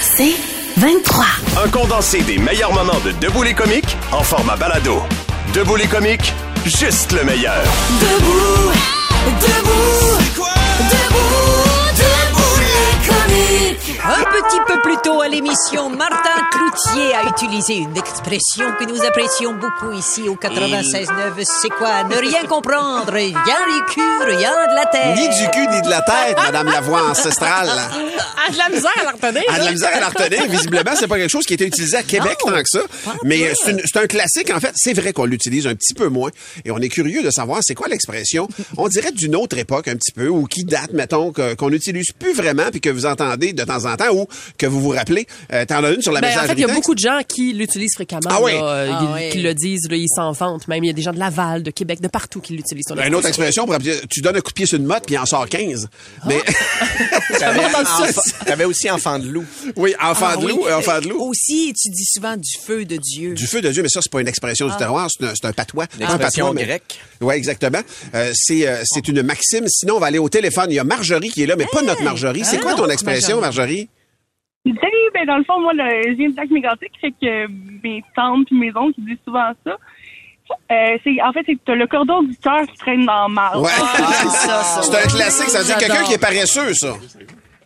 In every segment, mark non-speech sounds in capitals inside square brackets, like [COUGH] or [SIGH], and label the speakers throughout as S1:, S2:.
S1: C'est 23.
S2: Un condensé des meilleurs moments de Debout les comiques en format balado. Debout les comiques, juste le meilleur.
S1: Debout, debout, debout, debout les comiques.
S3: Un petit peu plus tôt à l'émission, Martin Cloutier a utilisé une expression que nous apprécions beaucoup ici au 96.9. C'est quoi Ne rien comprendre, rien du cul, rien de la tête.
S4: Ni du cul, ni de la tête, Madame la voix ancestrale.
S5: Ah, de la misère à la retenir.
S4: À de la misère à la
S5: [LAUGHS]
S4: retenir. Visiblement, c'est pas quelque chose qui était utilisé à Québec
S5: Non,
S4: tant que ça. Mais euh,
S5: tout.
S4: c'est une- c'est un classique, en fait. C'est vrai qu'on l'utilise un petit peu moins. Et on est curieux de savoir c'est quoi l'expression. On dirait d'une autre époque, un petit peu, ou qui date, mettons, que- qu'on n'utilise plus vraiment, puis que vous entendez de temps en temps, ou que vous vous rappelez. Euh, T'en as une sur la
S5: Ben, en
S4: messagerie
S5: fait, il y a
S4: texte.
S5: beaucoup de gens qui l'utilisent fréquemment,
S4: Ah oui.
S5: là, euh,
S3: Ah
S5: qui-
S3: oui.
S5: qui le disent, là, ils s'en vantent. Même il y a des gens de Laval, de Québec, de partout qui l'utilisent. son
S4: Ben, Une autre expression, pour appeler- tu donnes un coup de pied sur une motte, puis il en sort 15.
S5: Ah.
S4: Mais... [LAUGHS]
S6: T'avais
S4: Enfa-
S6: enfa- T'avais aussi enfant de loup.
S4: oui, enfant
S5: Ah,
S4: de loup, euh, enfant de loup.
S3: Aussi, tu dis souvent du feu de Dieu.
S4: Du feu de Dieu, mais ça, c'est pas une expression
S7: Ah.
S4: du terroir, c'est un, c'est un patois. Une
S6: expression grecque.
S4: Oui, exactement. Euh, c'est euh, c'est une maxime. Sinon, on va aller au téléphone. Il y a Marjorie qui est là, mais pas notre Marjorie.
S7: Ah
S4: C'est quoi ton expression, Marjorie?
S7: Salut, ben dans le fond, moi, là, j'ai une plaque mégantique, fait que euh, mes tantes et mes oncles disent souvent ça. Euh, c'est, en fait, c'est t'as le cordon du cœur qui traîne dans le marbre.
S4: Ouais. [LAUGHS] c'est un classique. Ça veut dire quelqu'un qui est paresseux, ça.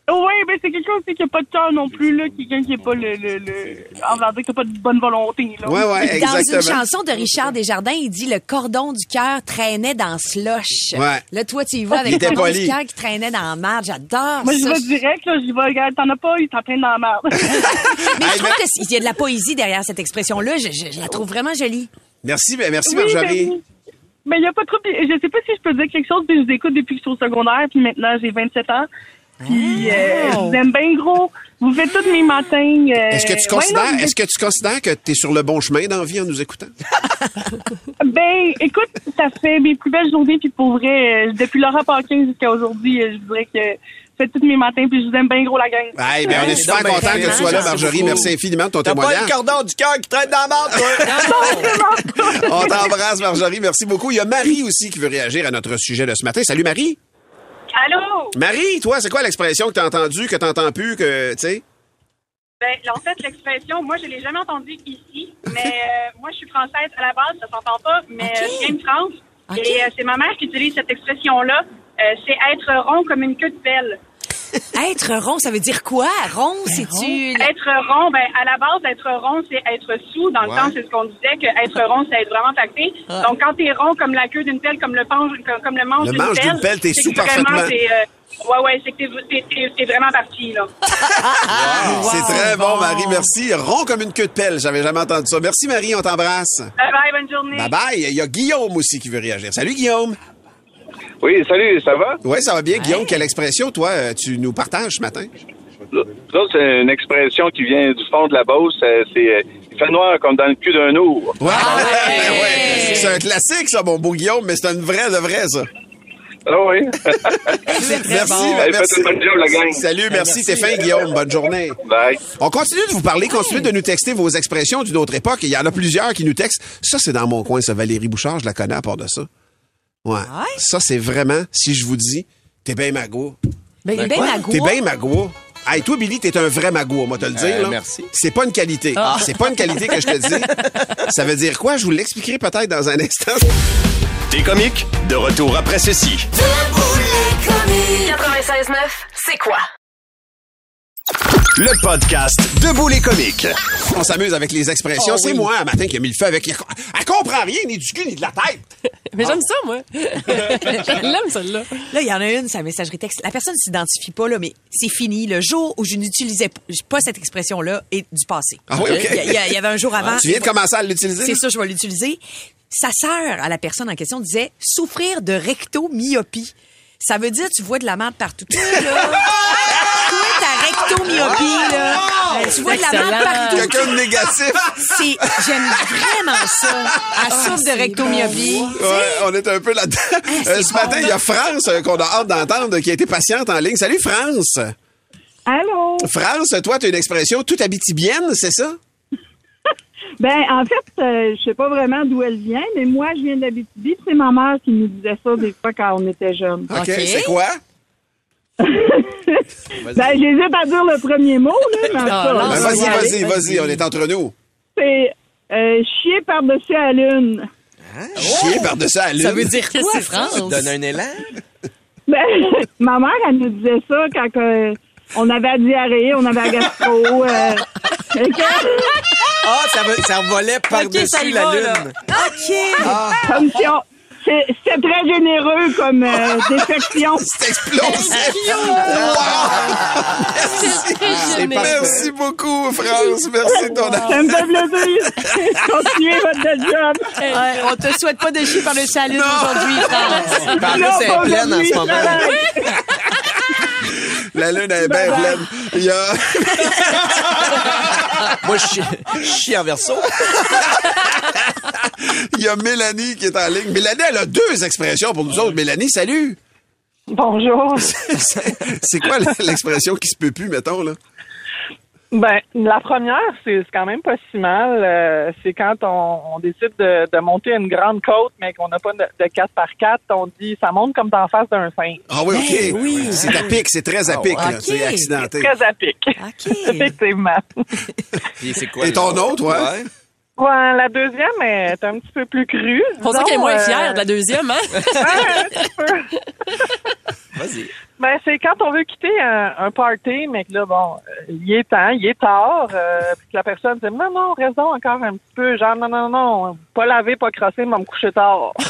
S7: Oui, mais Ah, ben, c'est quelqu'un aussi qui n'a pas de cœur non plus, là, quelqu'un qui n'a pas le, le, le... En vrai, qui n'a pas de bonne volonté, là.
S4: Oui, oui,
S1: Dans
S4: exactement.
S1: une chanson de Richard Desjardins, il dit le cordon du cœur traînait dans slush.
S4: Ouais.
S1: Là, toi, tu y vas
S4: Il
S1: avec
S4: était
S1: le cordon
S4: poli.
S1: du cœur qui traînait dans la marge. J'adore
S7: Moi, je
S1: ça.
S7: vais direct, là, je vais, regarde, t'en as pas, il t'entraîne dans la marbre.
S1: Mais
S4: Hey,
S1: je trouve
S4: mais-
S1: qu'il y a de la poésie derrière cette expression-là. Je, je- je la trouve vraiment
S7: [LAUGHS]
S1: jolie.
S4: Merci, ben, merci,
S7: Oui,
S4: Marjorie.
S7: ben, Ben, il n'y a pas trop. Je sais pas si je peux dire quelque chose, mais je vous écoute depuis que je suis au secondaire, puis maintenant j'ai 27 ans. Puis, euh, je vous aime bien gros. Vous faites tous mes matins. euh,
S4: Ah! Est-ce que tu
S7: ouais,
S4: considères,
S7: non,
S4: est-ce que tu considères que t'es sur le bon chemin dans la vie en nous écoutant?
S7: Ben, écoute, ça fait mes plus belles journées, puis pour vrai, euh, depuis Laura Paquin jusqu'à aujourd'hui, euh, je vous dirais que vous faites tous mes matins, puis je vous aime bien gros la gang.
S4: Hey, ben, on est
S6: Ouais,
S4: super
S6: non, ben,
S4: content que tu sois là,
S6: merci
S4: Marjorie.
S6: beaucoup.
S4: Merci infiniment de ton
S6: T'as pas le
S4: témoignage.
S6: cordon du cœur qui traîne dans la marde, toi.
S4: On t'embrasse, Marjorie. Merci beaucoup. Il y a Marie aussi qui veut réagir à notre sujet de ce matin. Salut, Marie.
S7: Allô?
S4: Marie, toi, c'est quoi l'expression que t'as entendue, que t'entends plus, que, tu sais?
S7: Ben, en fait, l'expression, moi, je l'ai jamais entendue ici, mais
S4: [LAUGHS]
S7: euh, moi, je suis française à la base, ça s'entend pas, mais
S1: Ok.
S7: euh, je viens de France.
S1: Ok.
S7: Et euh, c'est ma mère qui utilise cette expression-là. Euh, c'est être rond comme une queue de pelle.
S1: Être rond, ça veut dire quoi? Rond, c'est-tu... la-
S7: Être Ben, rond, ben, à la base, être rond, c'est être sous. Dans le
S4: Ouais. Ah.
S7: temps, c'est ce qu'on disait, que être rond, c'est être vraiment pacté. Donc, quand t'es rond comme la queue d'une pelle, comme le, penche, comme, comme le manche
S4: Le
S7: d'une pelle.
S4: manche d'une pelle, t'es
S7: c'est
S4: sous
S7: que vraiment,
S4: parfaitement.
S7: t'es, euh, ouais, ouais, c'est que t'es, t'es- t'es- t'es vraiment parti, là.
S1: Ah, wow,
S4: c'est très bon,
S1: bon.
S4: Marie. Merci. Rond comme une queue de pelle. J'avais jamais entendu ça. Merci, Marie. On t'embrasse.
S7: Bye bye, bonne journée.
S4: Bye bye. Il y a Guillaume aussi qui veut réagir. Salut, Guillaume.
S8: Oui, salut, ça va?
S4: Oui, ça va bien. Guillaume, quelle expression, toi, euh, tu nous partages ce matin?
S8: Ça, c'est une expression qui vient du fond de la Beauce. euh, C'est euh, il fait noir comme dans le cul d'un ours.
S4: Ouais. Ah Ouais. C'est un classique, ça, mon beau Guillaume, mais c'est une vraie de vrai, ça.
S8: Ah oui? [LAUGHS]
S4: Merci.
S8: bon.
S4: ben,
S8: Hey,
S4: merci.
S8: faites une bonne job, la gang.
S4: Salut, Ben, merci. T'es fin, Guillaume. Bonne journée.
S8: Bye.
S4: On continue de vous parler, continuez de nous texter vos expressions d'une autre époque. Il y en a plusieurs qui nous textent. Ça, c'est dans mon coin, ça. Valérie Bouchard, je la connais à part de ça. Ouais. Ça, c'est vraiment, si je vous dis, t'es bien magot.
S1: Ben, ben, magois.
S4: T'es bien magot. Hey, toi, Billy, t'es un vrai magot, on va te le dire.
S6: Euh,
S4: là.
S6: merci.
S4: C'est pas une qualité. C'est pas une qualité que je te dis. Ça veut dire quoi? Je vous l'expliquerai peut-être dans un instant.
S2: [LAUGHS] T'es comique? De retour après ceci.
S9: 96.9, c'est quoi?
S2: Le podcast Debout les comiques.
S4: On s'amuse avec les expressions.
S5: Oh,
S4: c'est
S5: oui.
S4: moi, un matin, qui a mis le feu avec... Elle comprend rien, ni du cul, ni de la tête.
S5: Mais
S4: Ah.
S5: j'aime ça, moi. [LAUGHS] Je l'aime, celle-là.
S3: Là, il y en a une, sa messagerie texte. La personne s'identifie pas, là, mais c'est fini. Le jour où je n'utilisais p- pas cette expression-là est du passé.
S4: Ah oui, OK. Ah,
S3: Il y, a- il y a- il y avait un jour avant.
S4: Tu viens de commencer à l'utiliser?
S3: Ah. C'est ça, je vais l'utiliser. Sa sœur à la personne en question disait souffrir
S4: [LAUGHS]
S3: de recto-myopie. Ben, Ça veut dire tu vois de la merde partout. Toi, là, toi, ta recto
S1: tu vois de la merde
S3: Excellent.
S1: partout.
S3: Quelqu'un de négatif.
S1: C'est, j'aime vraiment ça.
S3: À
S4: Ah,
S3: soupe de rectomyopie.
S4: Ouais, on est un peu là-dedans.
S7: Ah,
S4: Euh, ce matin, il y a France euh, qu'on a hâte d'entendre, qui a été patiente en ligne. Salut, France.
S7: Allô?
S4: France, toi, tu as une expression tout habitibienne, c'est ça?
S7: Ben, en fait, euh, je sais pas vraiment d'où elle vient, mais moi, je viens d'Abitibi, puis c'est ma mère qui nous disait ça des fois quand on était jeunes.
S4: OK, c'est quoi?
S7: Ben, j'hésite à dire le premier mot,
S4: [LAUGHS]
S7: là, mais en tout cas,
S4: Ben,
S7: on va
S4: vas-y,
S7: y aller. Oh!
S4: vas-y, vas-y, on est entre nous.
S7: C'est euh, chier par-dessus la lune. [LAUGHS]
S4: Chier par-dessus la lune.
S7: Ça veut dire quoi,
S4: Ça te
S7: France?
S4: donne un élan?
S7: Ben, ma mère, elle nous disait ça quand euh, on avait la diarrhée, on avait la gastro.
S4: [LAUGHS]
S7: euh, et que-
S6: Ah, ça, va- ça volait par-dessus
S7: ça y
S6: la
S7: va, là.
S6: lune.
S7: OK.
S5: Ah,
S4: Ah.
S7: Comme si on- C'est c'est très généreux comme euh,
S4: [LAUGHS]
S7: défection.
S3: Ah,
S7: C'est [LAUGHS]
S4: explosif.
S7: C'est très généreux.
S4: Merci beaucoup, France. Merci de ton
S7: Ça me fait plaisir. [LAUGHS] Continuez votre job.
S5: Ouais, on te souhaite pas de chier par le salut aujourd'hui, France.
S4: Par le, c'est pleine en ce moment.
S5: Oui.
S4: La lune est bien pleine. Il y a...
S6: Moi, je chie- je chie en verso.
S4: Il y a Mélanie qui est en ligne. Mélanie, elle a deux expressions pour nous autres. Mélanie, salut. [LAUGHS]
S5: [LAUGHS]
S9: Bonjour.
S4: C'est quoi l'expression qui se peut plus, mettons, là?
S9: Ben, la première, c'est c'est quand même pas si mal. Euh, c'est quand on, on décide de, de monter une grande côte, mais qu'on n'a pas de, de 4 par 4 on dit ça monte comme d'en face d'un singe.
S4: Ah oui, OK.
S7: Ben
S4: C'est à pic, c'est très à
S9: Ah,
S4: pic.
S9: ouais.
S4: là.
S9: Ok.
S4: C'est accidenté.
S9: Très à pic. [LAUGHS] Effectivement.
S6: c'est quoi?
S4: Et ton autre, ouais?
S9: Ouais, la deuxième est un petit peu plus crue.
S5: On dirait
S9: Disons,
S5: qu'elle est moins
S9: euh,
S5: fière de la deuxième, hein?
S6: Vas-y.
S9: Ben, c'est quand on veut quitter un, un party, mais que là, bon, euh, il est temps, il est tard, euh, puis que la personne dit non, non, reste donc encore un petit peu, genre non, non, non, pas laver, pas crosser, mais me coucher tard.
S5: [LAUGHS]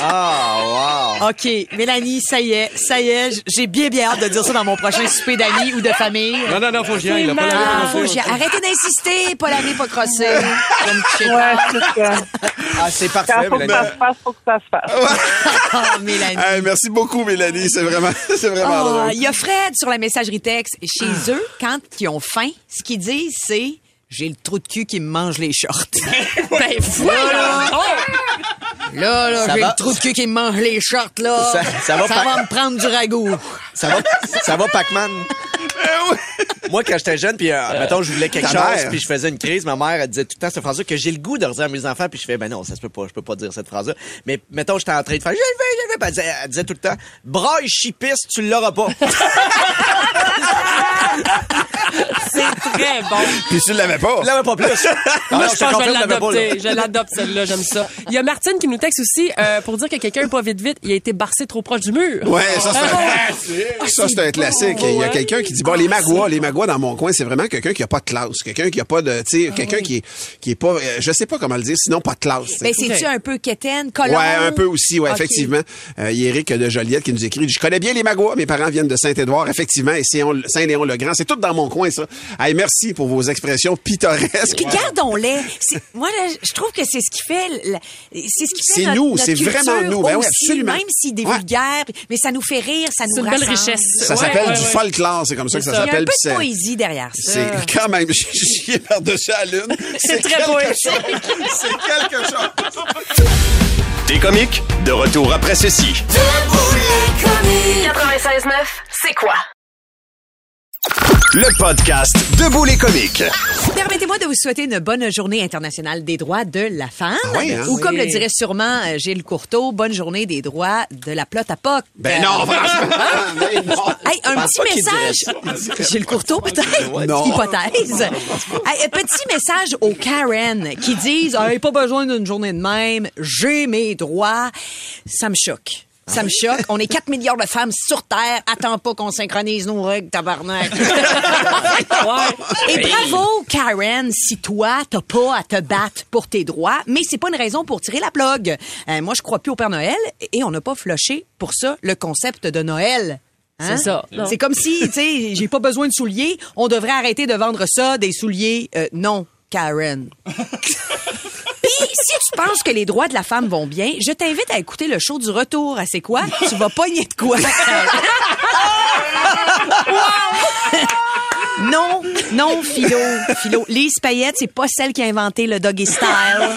S6: Ah,
S3: wow. [LAUGHS] OK, Mélanie, ça y est, ça y est, j- j'ai bien bien hâte de dire ça dans mon prochain souper d'amis ou de famille.
S10: Non, non, non, faut que j'y aille, là, pas la-
S3: Ah,
S10: faut que
S3: j'y aille. Arrêtez d'insister, pas laver, pas crosser. Comme tu sais.
S6: Ah, c'est parfait,
S9: Quand faut que
S4: Mélanie.
S9: ça se fasse, faut que ça se fasse.
S3: [LAUGHS] Mélanie.
S4: merci beaucoup, Mélanie. C'est vraiment, [LAUGHS] c'est vraiment
S1: Ah,
S4: drôle.
S1: Il y a Fred sur la messagerie texte. Chez
S4: Ah.
S1: eux, quand ils ont faim, ce qu'ils disent, c'est
S3: J'ai le trou de cul qui me mange les shorts.
S1: [LAUGHS]
S5: ben,
S3: voyons
S1: Oh!
S3: Là, là,
S6: Ça
S3: j'ai
S6: va.
S3: le trou de cul qui me mange les shorts, là.
S6: Ça- ça va pas-
S3: me prendre du ragoût.
S6: Ça va, ça va Pac-Man?
S5: Ben
S6: Moi, quand j'étais jeune, puis euh, mettons, je voulais
S4: Ta
S6: quelque chose,
S4: mère.
S6: puis je faisais une crise, ma mère, elle disait tout le temps cette phrase-là que j'ai le goût de redire à mes enfants, puis je fais, ben non, ça se peut pas, je peux pas dire cette phrase-là. Mais mettons, j'étais en train de faire, je le veux, je le veux, puis elle disait, elle disait tout le temps, braille chipiste, tu l'auras
S5: [LAUGHS]
S6: pas.
S5: [LAUGHS] C'est très bon.
S4: Puis tu l'avais pas.
S6: Je l'avais pas plus.
S5: Moi,
S6: Alors,
S5: je pense que je vais
S6: confirme, je l'avais pas, là.
S5: l'adopter. Je l'adopte, celle-là. J'aime ça. Il y a Martine qui nous texte aussi euh, pour dire que quelqu'un est pas vite vite. Il a été barcé trop proche du mur. [LAUGHS]
S4: Ouais, ça, c'est un-
S5: Ah,
S4: Ça, c'est un classique. Il y a quelqu'un qui dit, bon, les magois, les magois dans mon coin, c'est vraiment quelqu'un qui a pas de classe. Quelqu'un qui a pas de, tu sais, quelqu'un qui, est- qui est pas, euh, je sais pas comment le dire, sinon pas de classe. tu sais.
S1: Ben, c'est-tu un peu quétaine, colon?
S4: Ouais, un peu aussi, ouais,
S1: Ok.
S4: effectivement. Euh, il y a Eric de Joliette qui nous écrit Je connais bien les Magois, mes parents viennent de Saint-Édouard, effectivement, et Saint- Saint-Léon-le-Grand. C'est tout dans mon coin, ça. Hey, merci pour vos expressions pittoresques.
S1: Puis gardons-les. C'est- Moi, là, je trouve que c'est ce qui fait, le- c'est ce qui fait
S4: C'est
S1: notre-
S4: nous,
S1: notre
S4: c'est vraiment
S1: culture
S4: nous. Ben oui,
S1: aussi,
S4: absolument.
S1: Même si des vulgaires, mais ça nous fait rire, ça nous
S5: une belle
S1: rassemble.
S5: richesse.
S4: Ça s'appelle du folklore, c'est comme ça que ça s'appelle.
S1: Il y a un peu
S4: puis
S1: de
S4: c'est-
S1: poésie derrière ça.
S4: C'est [LAUGHS] quand même chier par-dessus la lune.
S1: C'est très
S4: quelque
S1: poétique.
S4: chose. C'est quelque chose.
S2: Des comiques, de retour après ceci.
S11: 96.9, c'est quoi?
S2: Le podcast Debout les comiques.
S3: Permettez-moi de vous souhaiter une bonne journée internationale des droits de la femme.
S2: Ah oui, hein?
S3: Ou comme
S2: Oui.
S3: le dirait sûrement euh, Gilles Courteau, bonne journée des droits de la plotte à poc.
S4: Ben non, franchement. [LAUGHS] Ben non.
S3: Hey,
S4: Je
S3: un
S4: pense pas qu'il
S3: petit
S4: dirait ça.
S3: message. [LAUGHS] Gilles Courteau, peut-être?
S4: Non.
S3: [LAUGHS] Hypothèse. Hey, un petit message aux Karen qui disent Hey, pas besoin d'une journée de même, j'ai mes droits. Ça me choque. Ça me choque. On est 4 milliards de femmes sur Terre. Attends pas qu'on synchronise nos règles, tabarnak. [LAUGHS] Et bravo, Karen, si toi, t'as pas à te battre pour tes droits, mais c'est pas une raison pour tirer la plug. Euh, moi, je crois plus au Père Noël et on n'a pas floché pour ça le concept de Noël. Hein?
S5: C'est ça. Non.
S3: C'est comme si, tu sais, j'ai pas besoin de souliers. On devrait arrêter de vendre ça, des souliers. Euh, non, Karen. Puis, si tu penses que les droits de la femme vont bien, je t'invite à écouter le show du retour à C'est quoi? Tu vas pogner de quoi? Non, non, Philo, Philo. Lise Payette, c'est pas celle qui a inventé le doggy style.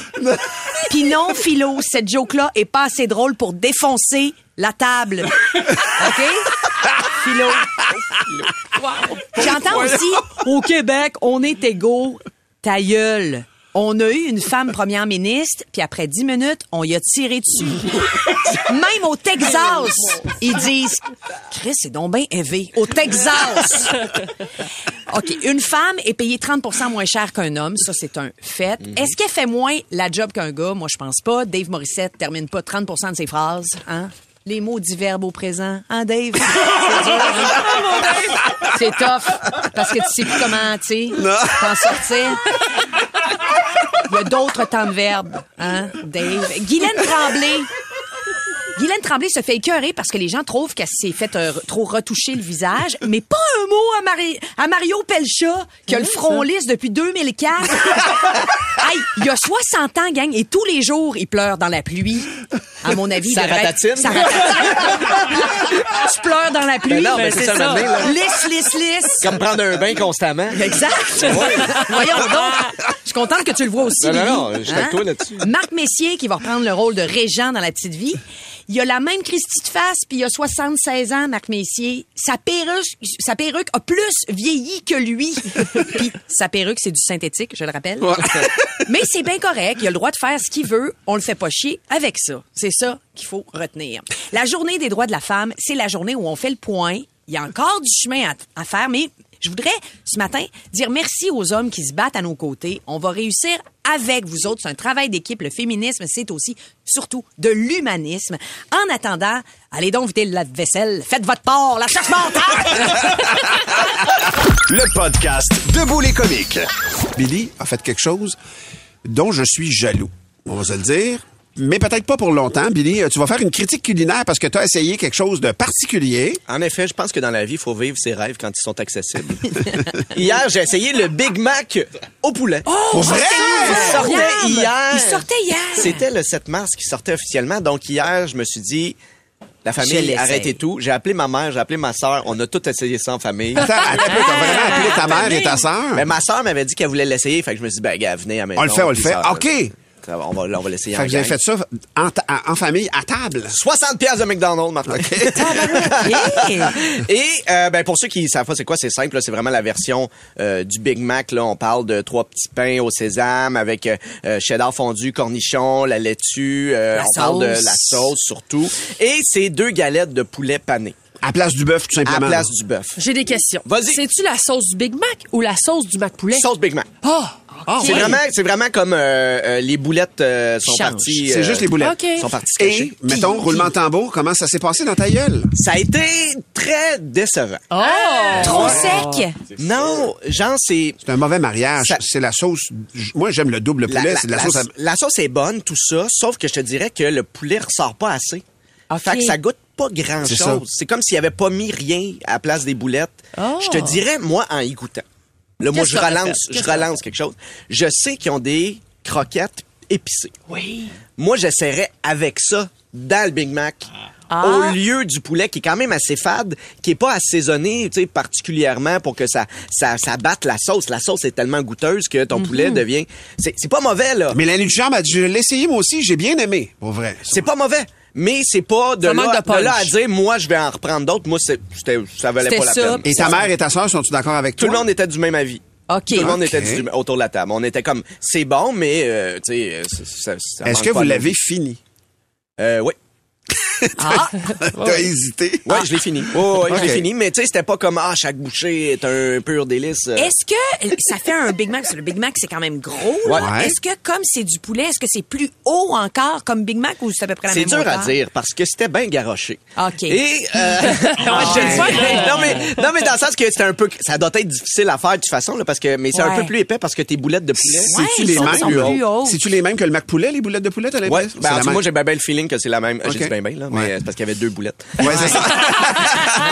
S3: Puis non, Philo, cette joke-là est pas assez drôle pour défoncer la table. OK? Philo. J'entends aussi, au Québec, on est égaux. Ta gueule. On a eu une femme première ministre, puis après dix minutes, on y a tiré dessus. Même au Texas, ils disent Chris, c'est donc bien élevé. Au Texas. OK. Une femme est payée 30 moins cher qu'un homme. Ça, c'est un fait. Est-ce qu'elle fait moins la job qu'un gars? Moi, je pense pas. Dave Morissette termine pas 30 de ses phrases. Hein? Les mots du verbe au présent. Hein, Dave? C'est dur, hein? C'est tough. Parce que tu sais plus comment, tu sais, t'en sortir. Il y a d'autres temps de verbe, hein, Dave. Guylaine Tremblay. Guylaine Tremblay se fait écœurer parce que les gens trouvent qu'elle s'est fait euh, trop retoucher le visage, mais pas un mot à, Mari- à Mario Pelcha, qui a le front lisse depuis 2004.
S6: [LAUGHS]
S3: Aïe, il a 60 ans, gang, et tous les jours, il pleure dans la pluie. À mon avis, il
S6: Ça
S3: devrait être-
S6: ratatine.
S3: Ça
S6: [LAUGHS]
S3: ratatine. tu pleures dans la pluie.
S6: Ben non, mais c'est ça, maintenant, là.
S3: Lisse, lisse, lisse.
S6: Comme prendre un bain constamment.
S3: [LAUGHS] Exact. Voyons donc. Je suis contente que tu le vois aussi.
S6: Non, non,
S3: Lily. Hein?
S6: non, je suis avec toi là-dessus.
S3: Marc Messier qui va reprendre le rôle de régent dans La Petite Vie. Il a la même Christie de face, puis il a 76 ans, Marc Messier. Sa perruque, sa perruque a plus vieilli que lui.
S6: [LAUGHS]
S3: puis sa perruque, c'est du synthétique, je le rappelle. [LAUGHS] Mais c'est bien correct. Il a le droit de faire ce qu'il veut. On le fait pas chier avec ça. C'est ça qu'il faut retenir. La journée des droits de la femme, c'est la journée où on fait le point. Il y a encore du chemin à, à faire, mais je voudrais, ce matin, dire merci aux hommes qui se battent à nos côtés. On va réussir avec vous autres. C'est un travail d'équipe. Le féminisme, c'est aussi, surtout, de l'humanisme. En attendant, allez donc vider la vaisselle. Faites votre part, la chasse mentale!
S2: Le podcast Debout les comiques.
S4: Billy a fait quelque chose dont je suis jaloux. On va se le dire. Mais peut-être pas pour longtemps, Billy. Euh, Tu vas faire une critique culinaire parce que tu as essayé quelque chose de particulier.
S1: Oh,
S6: En effet, je pense que dans la vie, il faut vivre ses rêves quand ils sont
S5: [LAUGHS]
S6: accessibles. hier, j'ai essayé le Big Mac au poulet.
S5: Oh,
S4: Pour vrai?
S6: [LAUGHS] Il
S3: Incroyable!
S6: sortait hier.
S3: Il sortait hier.
S6: C'était le 7 mars qui sortait officiellement. Donc hier, je me suis dit, la
S3: Je
S6: famille,
S3: l'essaye.
S6: arrêtez tout. J'ai appelé ma mère, j'ai appelé ma sœur. On a tout essayé ça en famille.
S4: Attends, attends un peu, t'as vraiment appelé ta mère et ta sœur?
S6: Mais ma sœur m'avait dit qu'elle voulait l'essayer. Fait que je me suis dit, ben, gars, venez à la maison.
S4: On le fait, on le
S6: Puis
S4: fait.
S6: ça-
S4: OK.
S6: ça va, On va, on va l'essayer en
S4: Fait que vous avez
S6: gang.
S4: fait ça en, ta- en- en famille, à table.
S6: 60 pièces de McDonald's, Martin. [LAUGHS]
S3: Yeah.
S6: Et euh, ben pour ceux qui savent pas c'est quoi, c'est simple, là, c'est vraiment la version euh, du Big Mac. Là, on parle de trois petits pains au sésame avec euh, euh, cheddar fondu, cornichon, la laitue. euh,
S3: La
S6: on parle de
S3: sauce.
S6: la sauce surtout. Et c'est deux galettes de poulet pané
S4: À place du bœuf, tout
S6: à
S4: simplement.
S6: la place du bœuf.
S5: J'ai des questions.
S6: Vas-y.
S5: C'est-tu la sauce du Big Mac ou la sauce du Mac Poulet?
S6: Sauce Big Mac.
S5: Ah! Ah,
S6: C'est
S5: oui.
S6: vraiment, c'est vraiment comme euh, euh, les boulettes euh, sont
S3: Change.
S6: parties.
S4: C'est
S6: euh,
S4: juste les boulettes.
S5: OK.
S6: Sont parties se
S4: Et,
S6: cacher.
S4: mettons, roulement de tambour, comment ça s'est passé dans ta gueule?
S6: Ça a été très décevant.
S5: Ah!
S3: Trop sec!
S6: Non, genre c'est
S4: C'est un mauvais mariage.
S6: Ça-
S4: C'est la sauce. Moi, j'aime le double poulet. c'est de la, sauce. à-
S6: la sauce est bonne, tout ça, sauf que je te dirais que le poulet ressort pas assez.
S3: Ok.
S6: Fait que ça goûte pas grand
S4: C'est ça.
S6: chose. C'est comme s'il avait pas mis rien à la place des boulettes. Je te dirais, moi, en y goûtant. Là, moi,
S5: Oh. Qu'est-ce
S6: je
S5: que t'aurais
S6: relance,
S5: fait?
S6: je
S5: Qu'est-ce que
S6: relance quelque chose. Je sais qu'ils ont des croquettes épicées.
S5: Oui.
S6: Moi, j'essaierais avec ça dans le Big Mac.
S5: Ah.
S6: Au lieu du poulet qui est quand même assez fade, qui est pas assaisonné, tu sais, particulièrement pour que ça, ça, ça batte la sauce. La sauce est tellement goûteuse que ton poulet devient. C'est c'est pas mauvais, là.
S4: Mm-hmm. Mais la nuit de chambre, je l'ai essayé moi aussi, j'ai bien aimé. Pour vrai.
S6: C'est pas mauvais. Mais c'est pas de
S5: Ça
S6: là,
S5: manque de punch.
S6: de là à dire, moi, je vais en reprendre d'autres. Moi, c'est- c'était- ça valait
S5: C'était
S6: pas la
S5: ça.
S6: peine.
S4: Et ta mère et ta soeur sont-tu d'accord avec
S6: Tout
S4: toi?
S6: le monde était du même avis.
S3: OK.
S6: Tout le monde
S4: Ok.
S6: était du- autour de la table. On était comme, c'est bon, mais, euh, tu sais, euh, ça- ça- ça
S4: Est-ce
S6: manque
S4: que
S6: pas
S4: vous
S6: de-
S4: l'avez fini?
S6: Euh, oui.
S4: [LAUGHS] T'as hésité.
S6: Oui, je l'ai fini. Oh, ouais, je
S4: Ah! Ok.
S6: l'ai fini. Mais tu sais, c'était pas comme, ah, chaque bouchée est un pur délice. Euh,
S3: Est-ce que euh, ça fait un Big Mac? Parce que le Big Mac, c'est quand même gros. là.
S4: Ouais.
S3: Est-ce que, comme c'est du poulet, est-ce que c'est plus haut encore comme Big Mac ou c'est à peu près la
S6: C'est
S3: même
S6: dur à
S3: hauteur?
S6: dire parce que c'était bien garoché.
S3: OK.
S6: Et euh, je le sais. non mais non mais dans le sens que c'était un peu ça doit être difficile à faire de toute façon là, parce que mais c'est un
S3: Ouais.
S6: peu plus épais parce que tes boulettes de poulet.
S3: Ouais,
S4: C'est-tu
S3: ils
S4: les
S3: sont-
S4: mêmes?
S3: sont plus hautes.
S4: C'est-tu les mêmes que le mac poulet, les boulettes de poulet, t'as
S6: Ouais,
S4: l'impression?
S6: ben, en
S4: C'est la
S6: tout cas, moi
S4: même.
S6: j'ai bien ben le feeling que c'est la même. J'ai
S4: OK.
S6: dit ben ben là, mais
S4: Ouais.
S6: c'est parce qu'il y avait deux boulettes.
S4: Ouais, c'est ça. [LAUGHS]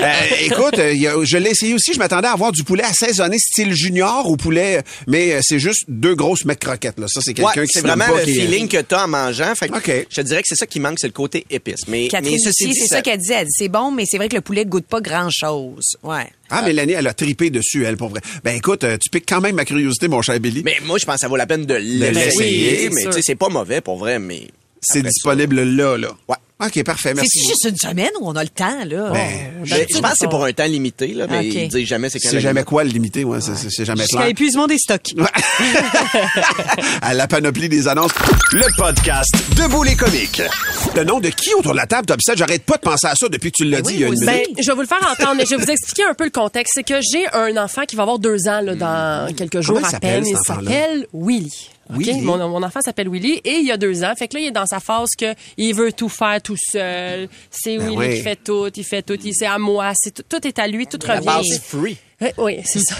S4: Euh, écoute, euh, il y a- je l'ai essayé aussi. Je m'attendais à avoir du poulet assaisonné style junior ou poulet, mais euh, c'est juste deux grosses mecs croquettes. Là. Ça, c'est quelqu'un
S6: Ouais,
S4: qui
S6: c'est
S4: se nomme
S6: vraiment
S4: pas,
S6: le
S4: qui- euh,
S6: feeling que t'as en mangeant. Fait que Je te dirais que c'est ça qui manque, c'est le côté épice. Mais,
S1: Catherine
S6: mais ceci
S1: aussi,
S6: dit,
S1: c'est ça qu'elle dit. Elle dit, c'est bon, mais c'est vrai que le poulet goûte pas grand-chose. Ouais.
S4: Ah, Mélanie, elle a tripé dessus, elle, pour vrai. Ben écoute, euh, tu piques quand même ma curiosité, mon cher Billy.
S6: Mais moi, je pense que ça vaut la peine de l'essayer. mais tu sais, c'est pas mauvais pour vrai, mais.
S4: C'est disponible là, là. Ouais. OK, parfait, merci.
S3: C'est juste une semaine où on a le temps, là.
S4: Ben,
S3: On-
S6: Je, je pense que c'est pour un temps limité, là, mais
S3: Ok.
S6: ils disent jamais c'est quand
S4: C'est jamais quoi le limiter, ouais, c'est- c'est c'est jamais
S3: Jusqu'à
S4: clair.
S3: épuisement des stocks.
S4: [LAUGHS] à la panoplie des annonces. Le podcast Debout les comiques. Le nom de qui autour de la table, Top 7? J'arrête pas de penser à ça depuis que tu l'as dit il y a une minute.
S5: Ben, je vais vous le faire entendre, mais je vais vous expliquer un peu le contexte. C'est que j'ai un enfant qui va avoir deux ans là, dans quelques jours
S4: Hmm. Comment il
S5: à
S4: s'appelle,
S5: peine. Il
S4: cet enfant-là?
S5: s'appelle Willy. OK?
S4: Willy.
S5: Mon, mon enfant s'appelle Willy et il a deux ans. Fait que là, il est dans sa phase que il veut tout faire tout seul. C'est
S10: Ben
S5: Willy
S10: oui.
S5: qui fait tout, il fait tout, il c'est à moi, c'est tout, tout est à lui, tout
S10: La
S5: revient.
S10: base free.
S5: Oui, Eh, oui,
S6: [LAUGHS]
S5: c'est ça.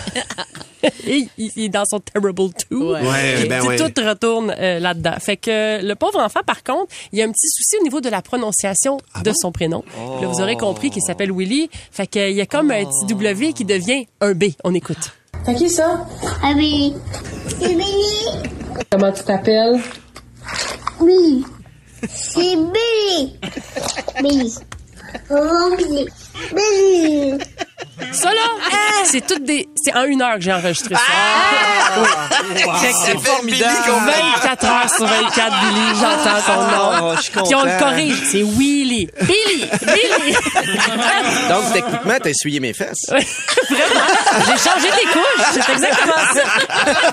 S5: Et il, il est dans son Terrible 2.
S10: Ouais,
S5: Et
S10: ben
S5: tout-
S10: ouais.
S5: Tout retourne euh, là-dedans. Fait que euh, le pauvre enfant, par contre, il y a un petit souci au niveau de la prononciation
S10: Ah
S5: de son prénom. Là, vous aurez compris
S10: Oh.
S5: qu'il s'appelle Willy. Fait que, euh, il y a comme un petit W qui devient un B. On écoute.
S11: T'as qui ça? Ah Billy. C'est Billy. Comment tu t'appelles? Billy. C'est Billy. Billy. Oh, Billy. Billy.
S5: Ça, là,
S6: Ah!
S5: c'est toutes des. C'est en une heure que j'ai enregistré ça.
S10: Wow.
S5: Fait que
S10: Ça fait Billy qu'on-
S5: 24 heures sur 24, Billy, j'entends ton nom.
S6: Oh, je suis
S5: Puis on le
S6: content.
S5: corrige. C'est Willy. Billy. Billy.
S6: [LAUGHS] Donc, techniquement, t'as essuyé mes fesses.
S5: J'ai changé des couches. C'est exactement ça.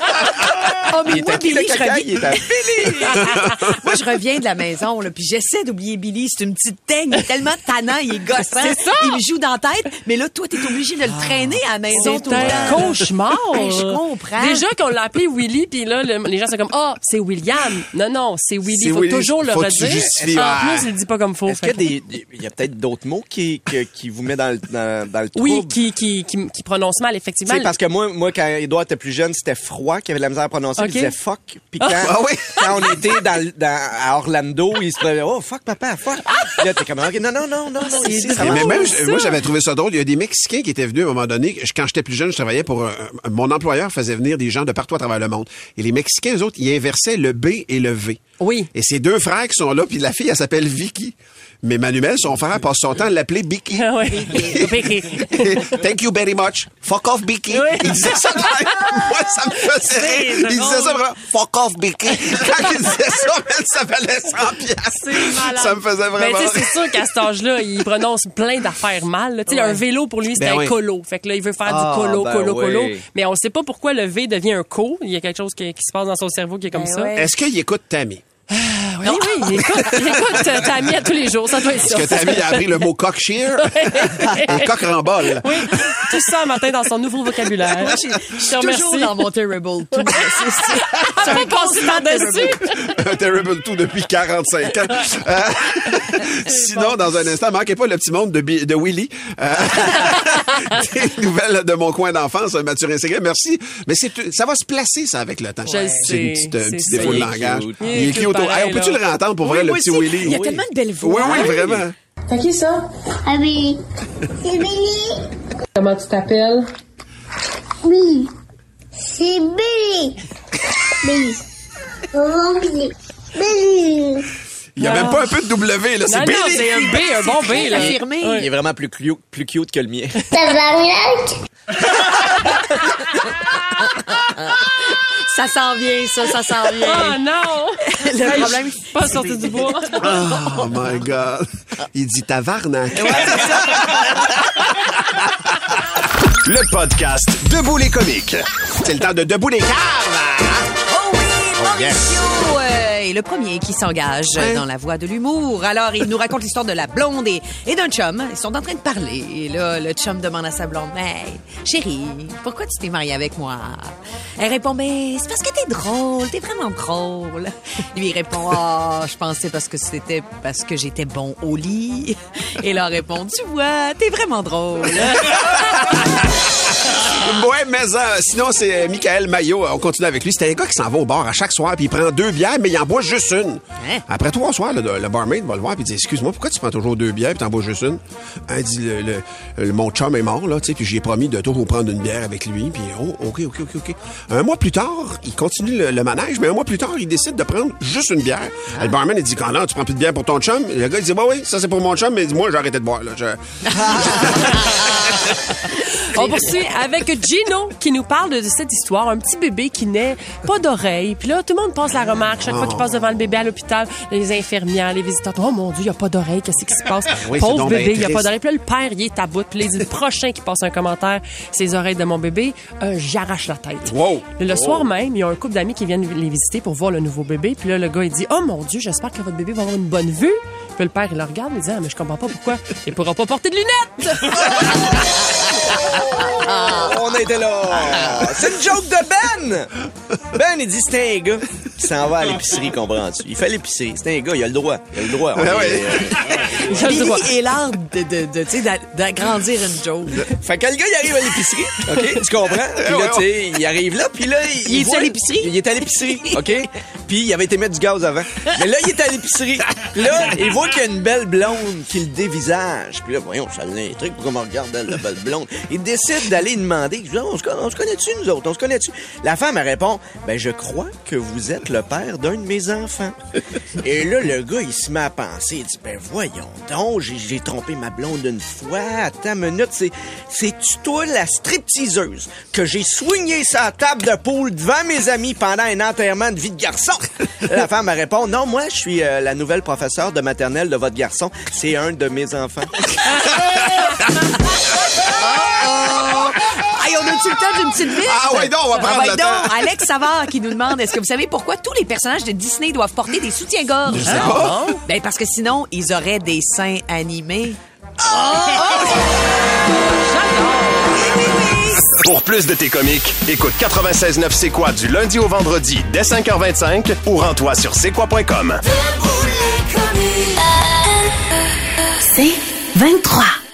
S1: Oh, mais
S6: Il
S1: moi,
S6: est à qui,
S1: Billy,
S6: le
S1: je
S6: caca?
S1: reviens-
S6: Il est à
S1: [LAUGHS] moi, je reviens de la maison, là, puis j'essaie d'oublier Billy. C'est une petite teigne. Il est tellement tannant, il est gossant.
S3: C'est ça!
S1: Il me joue dans la tête. Mais là, toi, t'es obligé de le traîner à la maison tout
S5: C'est
S1: le
S5: un
S1: temps.
S5: cauchemar.
S1: Ben, je comprends.
S5: Déjà qu'on l'a appelé Willy, puis là, le- les gens sont comme, ah, c'est William. Non, non, c'est Willy.
S6: C'est
S5: Faut
S6: Willy,
S5: toujours le
S6: faut que tu
S5: redire.
S6: justifies,
S5: En
S6: ouais.
S5: plus, il le dit pas comme faux.
S6: Est-ce qu'il y a des- des- il y a peut-être d'autres mots qui, que- qui vous met dans le, dans, dans le trouble?
S5: Oui, qui, qui, qui, qui prononce mal,
S6: Tu
S5: effectivement.
S6: sais,
S5: [LAUGHS]
S6: parce que moi, moi, quand Edouard était plus jeune, c'était froid, qu'il avait de la misère à prononcer,
S5: Ok.
S6: il disait fuck. Puis quand,
S5: Ah oui?
S6: [LAUGHS] quand on était dans, le- dans- à Orlando, il se disait oh fuck papa, fuck. Puis Là, t'es comme Ok, non, non, non, non, non,
S4: Et
S6: ici, ça marche
S4: mais même,
S6: pas.
S4: je- moi, j'avais trouvé ça drôle. Il y a des Mexicains qui étaient venus à un moment donné. Je- Quand j'étais plus jeune, je travaillais pour. un- un- mon employeur faisait venir des gens de partout à travers le monde. Et les Mexicains, eux autres, ils inversaient le B et le V.
S5: Oui.
S4: Et ces deux frères qui sont là, puis la fille, elle s'appelle Vicky. Mais Manuel, son frère, passe son temps à l'appeler Bicky. [LAUGHS]
S6: [LAUGHS]
S5: [LAUGHS]
S4: Thank you very much. Fuck off, Bicky. Il disait ça. de
S5: [LAUGHS]
S4: même. Moi, ça me faisait
S10: C'est
S4: rire.
S10: drôle.
S4: Il disait ça vraiment. Fuck off, Bicky. [LAUGHS] Quand il disait ça, man, ça valait 100 piastres. Ça me faisait
S5: Ben,
S4: vraiment
S5: tu sais,
S4: rire.
S5: c'est sûr qu'à cet âge-là, il prononce plein d'affaires mal. là. Tu sais,
S4: Ouais.
S5: Un vélo, pour lui, c'est
S4: Ben
S5: un
S4: oui.
S5: colo. Fait que là, il veut faire
S10: Ah,
S5: du colo,
S10: ben
S5: colo,
S10: oui.
S5: colo. Mais on sait pas pourquoi le V devient un co. Il y a quelque chose qui, qui se passe dans son cerveau qui est comme ça.
S4: Est-ce qu'il écoute Tammy?
S5: Ah oui, oui, il écoute, il écoute euh, Tammy à tous les jours. Ça doit être
S4: Est-ce
S5: ça.
S4: que Tammy a appris le mot cock
S5: [LAUGHS]
S4: shear? Un coq rambole.
S5: Oui, tout ça un matin dans son nouveau vocabulaire.
S1: Moi, j'ai- je suis toujours dans mon terrible. Tout.
S5: C'est un constant dessus.
S4: un terrible tout depuis 45 ans. Euh, sinon, dans un instant, manquez pas le petit monde de, Bi- de Willy. Euh, [LAUGHS] des nouvelles de mon coin d'enfance, Mathurin Séguin. Merci. Mais c'est, ça va se placer, ça, avec le temps.
S1: Je le
S4: C'est
S1: sais,
S4: une petite, euh, un
S1: c'est
S4: petit
S1: ça.
S4: défaut de
S1: Il est
S4: langage.
S1: cute.
S4: Il est cute.
S1: pareil,
S4: Hey, on peut-tu
S1: là.
S4: le rentendre pour vrai,
S1: Oui,
S4: le
S1: moi
S4: petit
S1: aussi.
S4: Willy?
S1: Il y a tellement de belles voix.
S4: Oui, oui, vraiment.
S11: T'as qui ça? Ah Billy. C'est Billy.
S9: Comment tu t'appelles?
S11: Billy. C'est Billy. Billy. Oh, Billy. Billy.
S4: Il y a
S1: Ah.
S4: même pas un peu de W, là. C'est
S11: Non,
S4: Billy.
S11: non, c'est un B, un bon B, là. Affirmé.
S6: Il est vraiment plus, clu- plus cute que le mien.
S5: Ah,
S11: Tabarnak.
S3: Ça s'en vient, ça, ça s'en
S5: [LAUGHS]
S3: vient.
S5: Oh non!
S3: Le
S5: Hey,
S3: problème,
S5: je suis pas sorti du bois.
S4: Oh my God. Il dit tavarnak.
S2: Le podcast Debout les comiques.
S4: C'est le temps de Debout les caves.
S3: Oh, euh, est le premier qui s'engage euh, dans la voie de l'humour. Alors, il nous raconte l'histoire de la blonde et, et d'un chum. Ils sont en train de parler. Et là, le chum demande à sa blonde, « Hey, chérie, pourquoi tu t'es mariée avec moi? » Elle répond, « Ben, c'est parce que t'es drôle, t'es vraiment drôle. » Lui, il répond, « Ah, je pensais parce que c'était parce que j'étais bon au lit. » Et leur répond, « Tu vois, t'es vraiment
S4: [LAUGHS]
S3: drôle. »
S4: ouais, mais euh, sinon, c'est euh, Michael Maillot. On continue avec lui. C'était un gars qui s'en va au bar à chaque soir, puis il prend deux bières, mais il en boit juste une. Après trois soirs, le, le barmaid va le voir, puis il dit Excuse-moi, pourquoi tu prends toujours deux bières, puis t'en bois juste une Elle dit le, le- le- Mon chum est mort, là, tu sais, puis j'ai promis de toujours prendre une bière avec lui, puis oh, OK, OK, OK, OK. Un mois plus tard, il continue le, le manège, mais un mois plus tard, il décide de prendre juste une bière. Le barman, il dit Quand là, tu prends plus de bière pour ton chum Le gars, il dit Bah oui, ça c'est pour mon chum, mais il dit, Moi, j'ai arrêté de boire, là. Je-
S5: On poursuit avec Gino qui nous parle de cette histoire. Un petit bébé qui naît, pas d'oreille. Puis là, tout le monde passe la remarque. Chaque fois qu'il passe devant le bébé à l'hôpital, les infirmières, les visiteurs, oh mon Dieu, il n'y a pas d'oreille. Qu'est-ce qui se passe?
S12: [LAUGHS] Oui, c'est
S5: Pauvre
S12: donc bien
S5: bébé, il n'y a pas
S12: triste.
S5: d'oreille. Puis là, le père, il est à bout. Puis là, il dit, le prochain qui passe un commentaire, ses oreilles de mon bébé, euh, j'arrache la tête. Le soir même, il y a un couple d'amis qui viennent les visiter pour voir le nouveau bébé. Puis là, le gars, il dit Oh mon Dieu, j'espère que votre bébé va avoir une bonne vue. Puis le père, il le regarde, il dit Ah, mais je comprends pas pourquoi il pourra pas porter de lunettes.
S6: On était là. C'est une joke de Ben. Ben, il dit, c'est un gars. Il s'en va à l'épicerie, comprends-tu? Il fait l'épicerie. C'est un gars, il a le droit. Il a le droit. On
S1: Ah
S6: est-
S1: ouais. Billy est l'art de, de, de, tu sais, d'a- d'agrandir une joke.
S6: Fait que le gars, il arrive à l'épicerie, OK? Tu comprends? Puis là, tu sais, il arrive là, puis là...
S1: Eh Il est
S6: voit-
S1: à l'épicerie?
S6: Il est à l'épicerie, OK? Puis il avait été mettre du gaz avant. Mais là, il est à l'épicerie. Puis là, il voit qu'il y a une belle blonde qui le dévisage. Puis là, voyons, ça l'intrigue, pourquoi on regarde, elle, la belle blonde? Il décide d'aller demander. Il dit, on se con- on se connaît-tu, nous autres? On se connaît-tu? La femme, elle répond, ben, je crois que vous êtes le père d'un de mes enfants. Et là, le gars, il se met à penser. Il dit, ben, voyons donc, j'ai- j'ai trompé ma blonde une fois. Attends une minute, c'est- c'est-tu toi la stripteaseuse que j'ai soigné sa table de poule devant mes amis pendant un enterrement de vie de garçon? La femme, elle répond, non, moi, je suis euh, la nouvelle professeure de maternelle de votre garçon. C'est un de mes enfants.
S1: Oh! Hey, on a-tu le temps d'une petite liste?
S4: Ah ouais, donc, on va prendre
S1: Ah ouais,
S4: le
S1: donc,
S4: temps.
S1: Alex Savard qui nous demande, est-ce que vous savez pourquoi tous les personnages de Disney doivent porter des soutiens-gorge?
S10: Je sais pas.
S1: Non. Ben, parce que sinon, ils auraient des seins animés.
S2: Pour plus de tes comiques, écoute 96.9 C'est quoi du lundi au vendredi dès 5h25 ou rends-toi sur c'est quoi.com.
S10: C'est 23.